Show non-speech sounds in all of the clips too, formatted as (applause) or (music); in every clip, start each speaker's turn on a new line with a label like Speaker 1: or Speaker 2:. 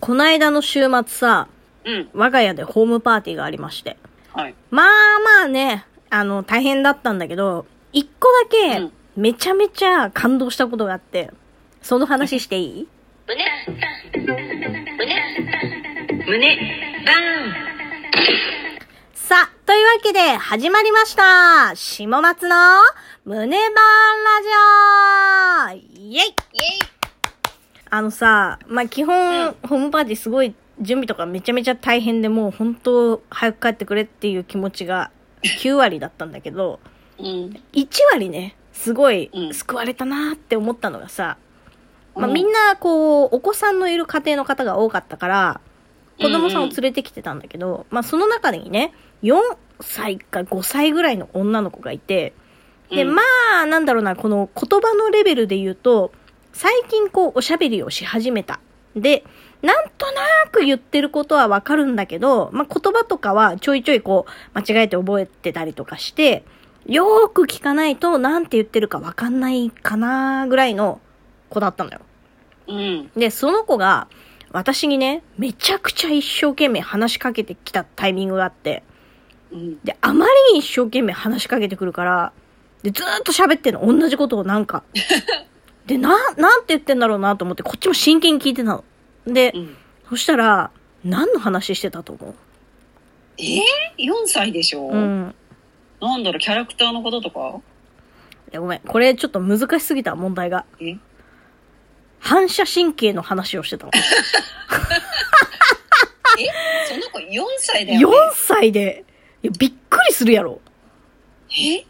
Speaker 1: こないだの週末さ、
Speaker 2: うん。
Speaker 1: 我が家でホームパーティーがありまして。
Speaker 2: はい。
Speaker 1: まあまあね、あの、大変だったんだけど、一個だ
Speaker 2: う
Speaker 1: け
Speaker 2: ん、
Speaker 1: めちゃめちゃ感動したことがあって、その話していい
Speaker 2: 胸。胸。胸。ダーン。
Speaker 1: さあ、というわけで始まりました下松の胸バーンラジオイェイあのさ、まあ、基本、ホームパーティーすごい準備とかめちゃめちゃ大変でもう本当早く帰ってくれっていう気持ち
Speaker 2: (laughs)
Speaker 1: が9割だったんだけど、
Speaker 2: イェイ。
Speaker 1: 1割ね、すごい
Speaker 2: うん
Speaker 1: 救われたなーって思ったのがさ、まあ、
Speaker 2: うん
Speaker 1: みんなこう、お子さんのいる家庭の方が多かったから、子供さんを連れてきてたんだけど、まあその中にね、4歳か5歳ぐらいの女の子がいて、で、
Speaker 2: うん
Speaker 1: まあ、なんだろうな、この言葉のレベルで言うと、最近こう、おしゃべりをし始めた。で、なんとなく言ってることはわかるんだけど、まあ言葉とかはちょいちょいこう、間違えて覚えてたりとかして、よーく聞かないと、なんて言ってるかわかんないかなぐらいの子だったんだよ。
Speaker 2: うん。
Speaker 1: で、その子が、私にね、めちゃくちゃ一生懸命話しかけてきたタイミングがあって、
Speaker 2: うん。
Speaker 1: で、あまりに一生懸命話しかけてくるから、で、ずーっと喋ってんの。同じことをなん (laughs) か。で、な、なんて言ってんだろうなと思って、こっちも真剣に聞いてたの。で、
Speaker 2: うん。
Speaker 1: そしたら、何の話してたと思
Speaker 2: えー、4歳でしょ、
Speaker 1: ううん。
Speaker 2: なんだろう、キャラクターのこととか
Speaker 1: いやごめん。これちょっと難しすぎた、問題が。
Speaker 2: え
Speaker 1: 反射神経の話をしてたの。
Speaker 2: えその子4歳だ
Speaker 1: 4
Speaker 2: よ、ね。
Speaker 1: 歳で、いやびっくりするやろ。
Speaker 2: え
Speaker 1: し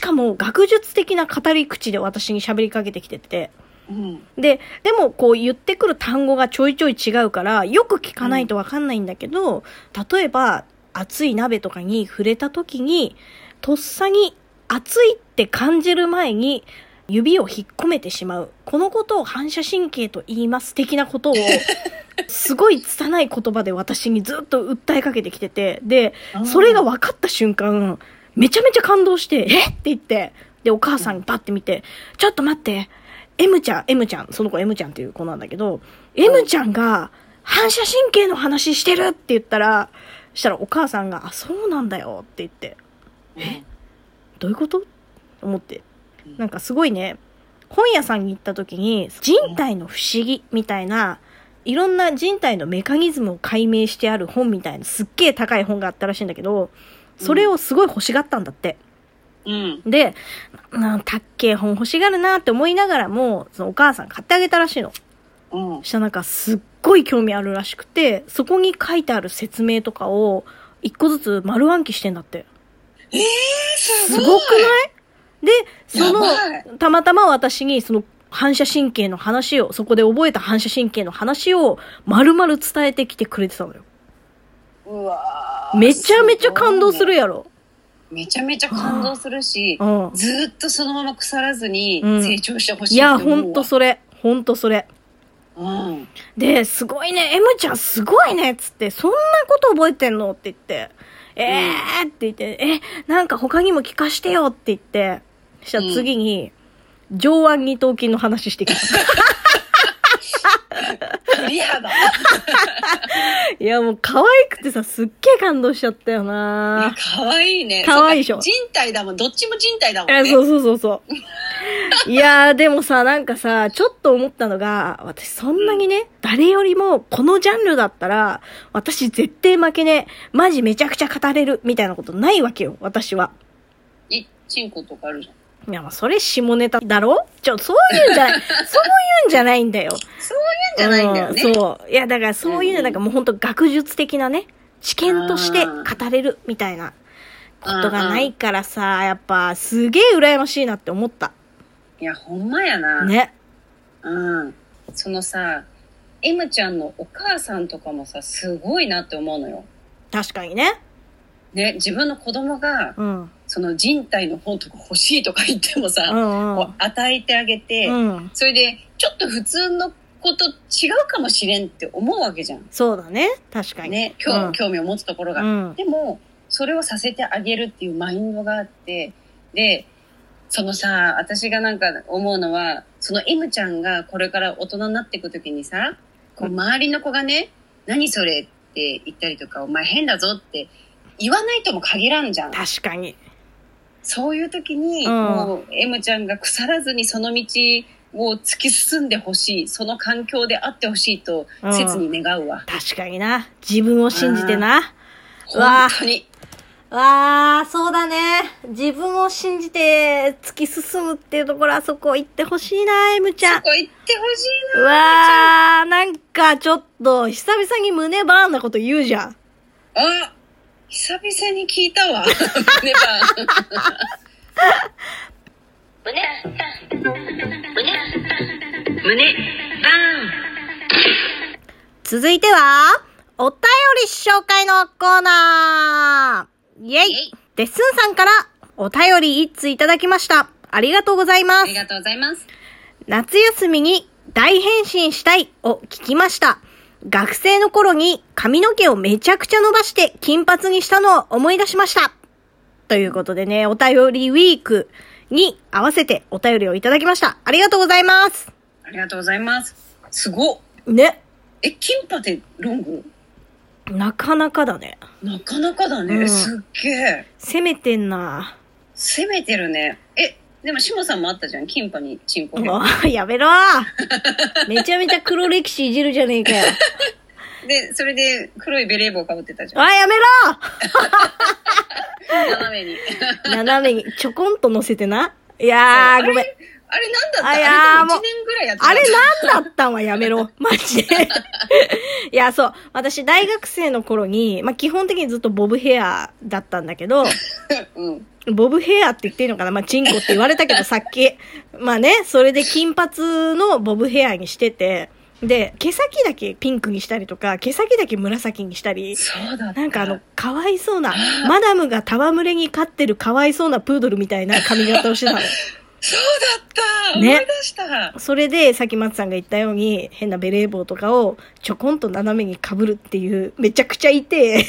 Speaker 1: かも、学術的な語り口で私に喋りかけてきてて、
Speaker 2: うん。
Speaker 1: で、でもこう言ってくる単語がちょいちょい違うから、よく聞かないとわかんないんだけど、例えば、熱い鍋とかに触れた時に、とっさに熱いって感じる前に、指を引っ込めてしまう。このことを反射神経と言います的なことを、すごい拙い言葉で私にずっと訴えかけてきてて、で、それが分かった瞬間、めちゃめちゃ感動して、えって言って、で、お母さんにパッて見て、ちょっと待って、M ちゃん、M ちゃん、その子 M ちゃんっていう子なんだけど、M ちゃんが反射神経の話してるって言ったら、したらお母さんが、あ、そうなんだよって言って、
Speaker 2: え
Speaker 1: どういうこと思って
Speaker 2: うん。
Speaker 1: なんかすごいね、本屋さんに行った時に、人体の不思議みたいな、いろんな人体のメカニズムを解明してある本みたいな、すっげえ高い本があったらしいんだけど、それをすごい欲しがったんだって。
Speaker 2: うん。
Speaker 1: で、なんたっけえ本欲しがるなって思いながらも、そのお母さん買ってあげたらしいの。
Speaker 2: うん。
Speaker 1: したらなんかすっごい興味あるらしくて、そこに書いてある説明とかを、一個ずつ丸暗記してんだって。
Speaker 2: えー、す
Speaker 1: す
Speaker 2: ごい
Speaker 1: ごくないで、そ
Speaker 2: やば
Speaker 1: の、たまたま私にその反射神経の話を、そこで覚えた反射神経の話を、丸々伝えてきてくれてたのよ。
Speaker 2: うわー
Speaker 1: めちゃめちゃ感動する
Speaker 2: や
Speaker 1: やろ。
Speaker 2: めちゃめちゃ感動するし
Speaker 1: う、ん。
Speaker 2: ずーっとそのまま腐らずに
Speaker 1: うん
Speaker 2: 成長してほし
Speaker 1: い
Speaker 2: い
Speaker 1: や、
Speaker 2: って思う
Speaker 1: ほ
Speaker 2: わ
Speaker 1: んとそれ。ほんとそれ。
Speaker 2: うん。
Speaker 1: で、すごいね、M ちゃんすごいねっつって、そんなこと覚えてんのって言って、えーって言って、え、なんか他にも聞かしてよって言って、したら次に、上腕二頭筋の話してきた。
Speaker 2: クリアだ。
Speaker 1: いや、もう可愛くてさ、すっげえ感動しちゃったよな
Speaker 2: 可愛いね。
Speaker 1: 可愛いでしょ
Speaker 2: そっか人体だもん。どっちも人体だもん
Speaker 1: え、
Speaker 2: ね。
Speaker 1: そうそうそうそう。いやー、でもさ、なんかさ、ちょっと思ったのが、私そんなにね、誰よりもこのジャンルだったら、私絶対負けねえ。マジめちゃくちゃ語れる、みたいなことないわけよ、私は。
Speaker 2: え、チンコとかあるじゃん。
Speaker 1: いや、まあ、それ下ネタだろちょ、そういうんじゃ
Speaker 2: (laughs)
Speaker 1: ない、そういうんじゃないんだよ。
Speaker 2: そういうんじゃないんだよね。
Speaker 1: うんそう。いや、だからそういう
Speaker 2: う
Speaker 1: の、
Speaker 2: ん
Speaker 1: なんかもうほんと学術的なね、知見として語れるみたいなことがないからさ、やっぱすげえ羨ましいなって思った。
Speaker 2: いや、ほんまやな。
Speaker 1: ね。
Speaker 2: うん。そのさ、M ちゃんのお母さんとかもさ、すごいなって思うのよ。
Speaker 1: 確かにね。
Speaker 2: ね、自分の子供が、
Speaker 1: うん。うん
Speaker 2: その人体の本とか欲しいとか言っても
Speaker 1: う
Speaker 2: さ、
Speaker 1: んう。
Speaker 2: こうん与えてあげて、
Speaker 1: うん。
Speaker 2: それで、ちょっと普通のこと違うかもしれんって思うわけじゃん。
Speaker 1: そうだね。確かに。
Speaker 2: ね、興
Speaker 1: うん
Speaker 2: 興味を持つところ
Speaker 1: う
Speaker 2: が。
Speaker 1: ん。
Speaker 2: でも、それをさせてあげるっていうマインドがあって、で、そのさ、私がなんか思うのは、その M ちゃんがこれから大人になっていくときにさ、こう周りの子がね、何それって言ったりとか、お前変だぞって言わないとも限らんじゃん。
Speaker 1: 確かに。
Speaker 2: そういう時に、
Speaker 1: うん
Speaker 2: もう、M ちゃんが腐らずにその道を突き進んでほしい、その環境であってほしいと、
Speaker 1: うん
Speaker 2: 切に願うわ。
Speaker 1: 確かにな。自分を信じてな。うわ
Speaker 2: 本当に。
Speaker 1: わあ、そうだね。自分を信じて突き進むっていうところはそこ行ってほしいな、エムちゃん。
Speaker 2: こう言ってほしいう
Speaker 1: わあ、なんかちょっと、久々に胸バーンなこと言うじゃん。
Speaker 2: な。あ久々に聞いたわ。 (laughs) 胸バーン。胸胸バーン。
Speaker 1: 続いては、お便り紹介のコーナーイェ
Speaker 2: イェ
Speaker 1: イ
Speaker 2: イ
Speaker 1: デッスンさんからお便り一通いただきました。ありがとうございま
Speaker 2: あ
Speaker 1: す
Speaker 2: り。がとうございます。
Speaker 1: 夏休みに大変身したいを聞きました。学生の頃に髪の毛をめちゃくちゃ伸ばして金髪にしたのを思い出しました。ということでね、お便りウィークに合わせてお便りをいただきました。ありがとうございます。
Speaker 2: ありがとうございます。すごっ。
Speaker 1: ね、
Speaker 2: え、金パでロング
Speaker 1: なかなかだね。
Speaker 2: なかなかだね。
Speaker 1: うん
Speaker 2: すっげえ。
Speaker 1: 攻めてんな
Speaker 2: 攻めてるね。え、でも、しもさんもあったじゃん。金パにチンコで。
Speaker 1: もう、や (laughs) めろめちゃめちゃ黒歴史いじるじゃねえかよ。
Speaker 2: で、それで黒いベレー帽かぶってたじゃん。
Speaker 1: あ、や (laughs) めろ
Speaker 2: 斜めに。
Speaker 1: 斜めにちょこんと乗せてな。いやー、ごめん。
Speaker 2: あれなんだった
Speaker 1: あ
Speaker 2: あ
Speaker 1: い
Speaker 2: れ
Speaker 1: やー
Speaker 2: でも
Speaker 1: もう
Speaker 2: 1年ぐらいやってた
Speaker 1: あれなんだったんはやめろ。マジで。いや、そう。私、大学生の頃に、まあ、基本的にずっとボブヘアだったんだけど、
Speaker 2: (laughs) うん。
Speaker 1: ボブヘアって言っていいのかなまあ、チンコって言われたけど、さっき。まあね、それで金髪のボブヘアにしてて、で、毛先だけピンクにしたりとか、毛先だけ紫にしたり、
Speaker 2: そうだった。
Speaker 1: なんかあの、、かわいそうな、マダムが戯れに飼ってるかわいそうなプードルみたいな髪型をしてたの。
Speaker 2: そうだった、
Speaker 1: ね
Speaker 2: 思い出した
Speaker 1: それで、さっき松さんが言ったように、変なベレー帽とかをちょこんと斜めに被るっていう、めちゃくちゃいて、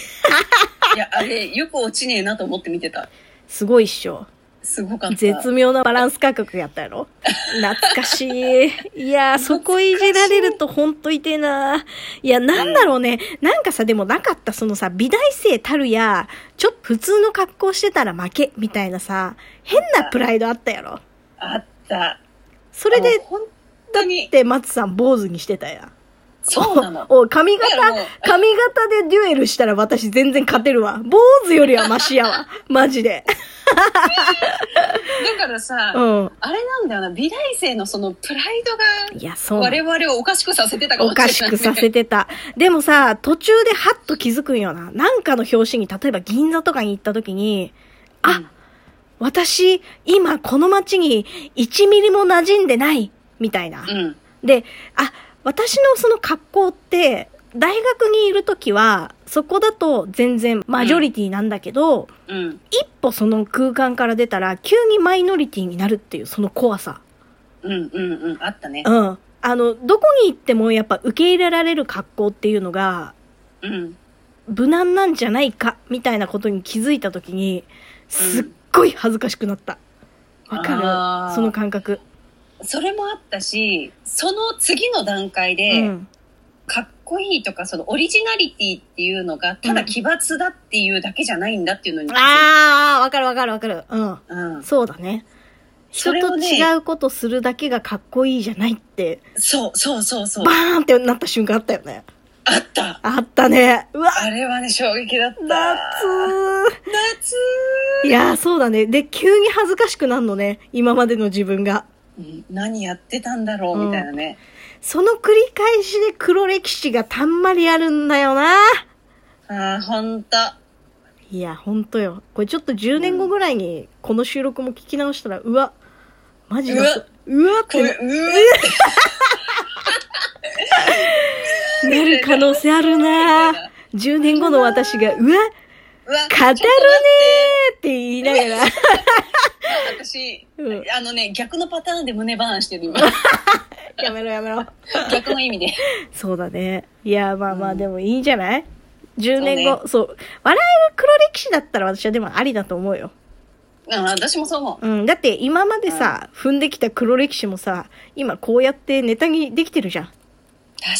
Speaker 2: いや、あれ、よく落ちねえなと思って見てた。
Speaker 1: すごいっしょ。
Speaker 2: すごかった。
Speaker 1: 絶妙なバランス感覚やったやろ懐かしい。いやー、そこいじられるとほんと痛えな。いや、なんだろうね。なんかさ、でもなかった、そのさ、美大生たるや、ちょっと普通の格好してたら負け、みたいなさ、変なプライドあったやろ
Speaker 2: あった。
Speaker 1: それ
Speaker 2: も
Speaker 1: で
Speaker 2: う、本当に
Speaker 1: っ。て松さん坊主にしてたやん。
Speaker 2: そうなの。
Speaker 1: おお髪型
Speaker 2: だからもう、
Speaker 1: 髪型でデュエルしたら私全然勝てるわ。坊主よりはマシや
Speaker 2: (laughs)
Speaker 1: わ。マジで。
Speaker 2: だからさ、
Speaker 1: うん。
Speaker 2: あれなんだよな、美大生のそのプライドが、
Speaker 1: いや、そうな
Speaker 2: 我
Speaker 1: の。
Speaker 2: 々をおかしくさせてたかも
Speaker 1: お
Speaker 2: しれな
Speaker 1: か
Speaker 2: い、
Speaker 1: しくさせてた。でもさ、途中でハッと気づくんよな。なんかの表紙に、例えば銀座とかに行った時に、あ、
Speaker 2: うん
Speaker 1: 私、今この街に1ミリも馴染んでない、みたいな。
Speaker 2: うん。
Speaker 1: で、あ、私のその格好って、大学にいる時は、そこだと全然マジョリティなんだけど、
Speaker 2: うん。
Speaker 1: 一歩その空間から出たら急にマイノリティになるっていうその怖さ。
Speaker 2: うん。うん。うん。あったね。
Speaker 1: うん。あの、どこに行ってもやっぱ受け入れられる格好っていうのが
Speaker 2: うん。
Speaker 1: 無難なんじゃないかみたいなことに気づいた時にすっごい恥ずかしくなった。わか
Speaker 2: あ
Speaker 1: る
Speaker 2: ー
Speaker 1: その感覚。
Speaker 2: それもあったし、その次の段階
Speaker 1: う
Speaker 2: で、
Speaker 1: ん。
Speaker 2: かっこいいとか、そのオリジナリティっていうのが、ただ奇抜だっていうだけじゃないんだっていうのに。
Speaker 1: あー、わかるわかるわかる。うん。
Speaker 2: うん。
Speaker 1: そうだね。人
Speaker 2: それを
Speaker 1: と
Speaker 2: ね
Speaker 1: 違うことするだけがかっこいいじゃないって、
Speaker 2: そう、そう、そう、そう
Speaker 1: バ。ーンってなった瞬間あったよね。
Speaker 2: あった。
Speaker 1: あったね。うわ、
Speaker 2: あれはね、衝撃だった。
Speaker 1: 夏
Speaker 2: 夏
Speaker 1: いやー、そうだね。で、急に恥ずかしくなるのね。今までの自分が。
Speaker 2: うん何やってたんだろう、みたいなね。
Speaker 1: その繰り返しで黒歴史がたんまりあるんだよな。
Speaker 2: ああ、ほんと。
Speaker 1: いや、ほんとよ。これちょっと10年後ぐらいに、この収録も聞き直したら、うわ、マジで
Speaker 2: うわ。
Speaker 1: うわっ
Speaker 2: これ、
Speaker 1: て
Speaker 2: うわ
Speaker 1: なる可能性あるな。10年後の私が、うわ、
Speaker 2: うわ
Speaker 1: 語るね
Speaker 2: ちょっと
Speaker 1: ー
Speaker 2: 待
Speaker 1: って言いながら。
Speaker 2: って私、
Speaker 1: うん
Speaker 2: あのね、逆のパターンで胸バーンしてる、今。
Speaker 1: やめろやめろ。
Speaker 2: 逆の意味で。
Speaker 1: そうだね。いや、まあまあ、
Speaker 2: うん
Speaker 1: でもいいんじゃない ?10 年
Speaker 2: そう
Speaker 1: 後、そう。笑える黒歴史だったら私はでもありだと思うよ。
Speaker 2: うん、私もそう思
Speaker 1: うん、だって今までさ、踏んできた黒歴史もさ、今こうやってネタにできてるじゃん。
Speaker 2: う。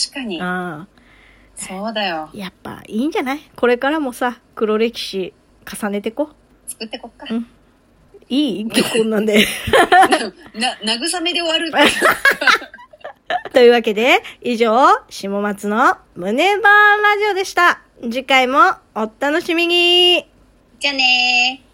Speaker 2: 確かに。
Speaker 1: ああ。
Speaker 2: そうだよ。
Speaker 1: やっぱいいんじゃないこれからもさ、黒歴史重ねてこ。
Speaker 2: 作ってこっか。
Speaker 1: うんいい今日こんなん
Speaker 2: (laughs)
Speaker 1: で。
Speaker 2: な、慰めで終わる。
Speaker 1: というわけで、以上、下松の胸バーンラジオでした。次回もお楽しみに
Speaker 2: じゃあねー。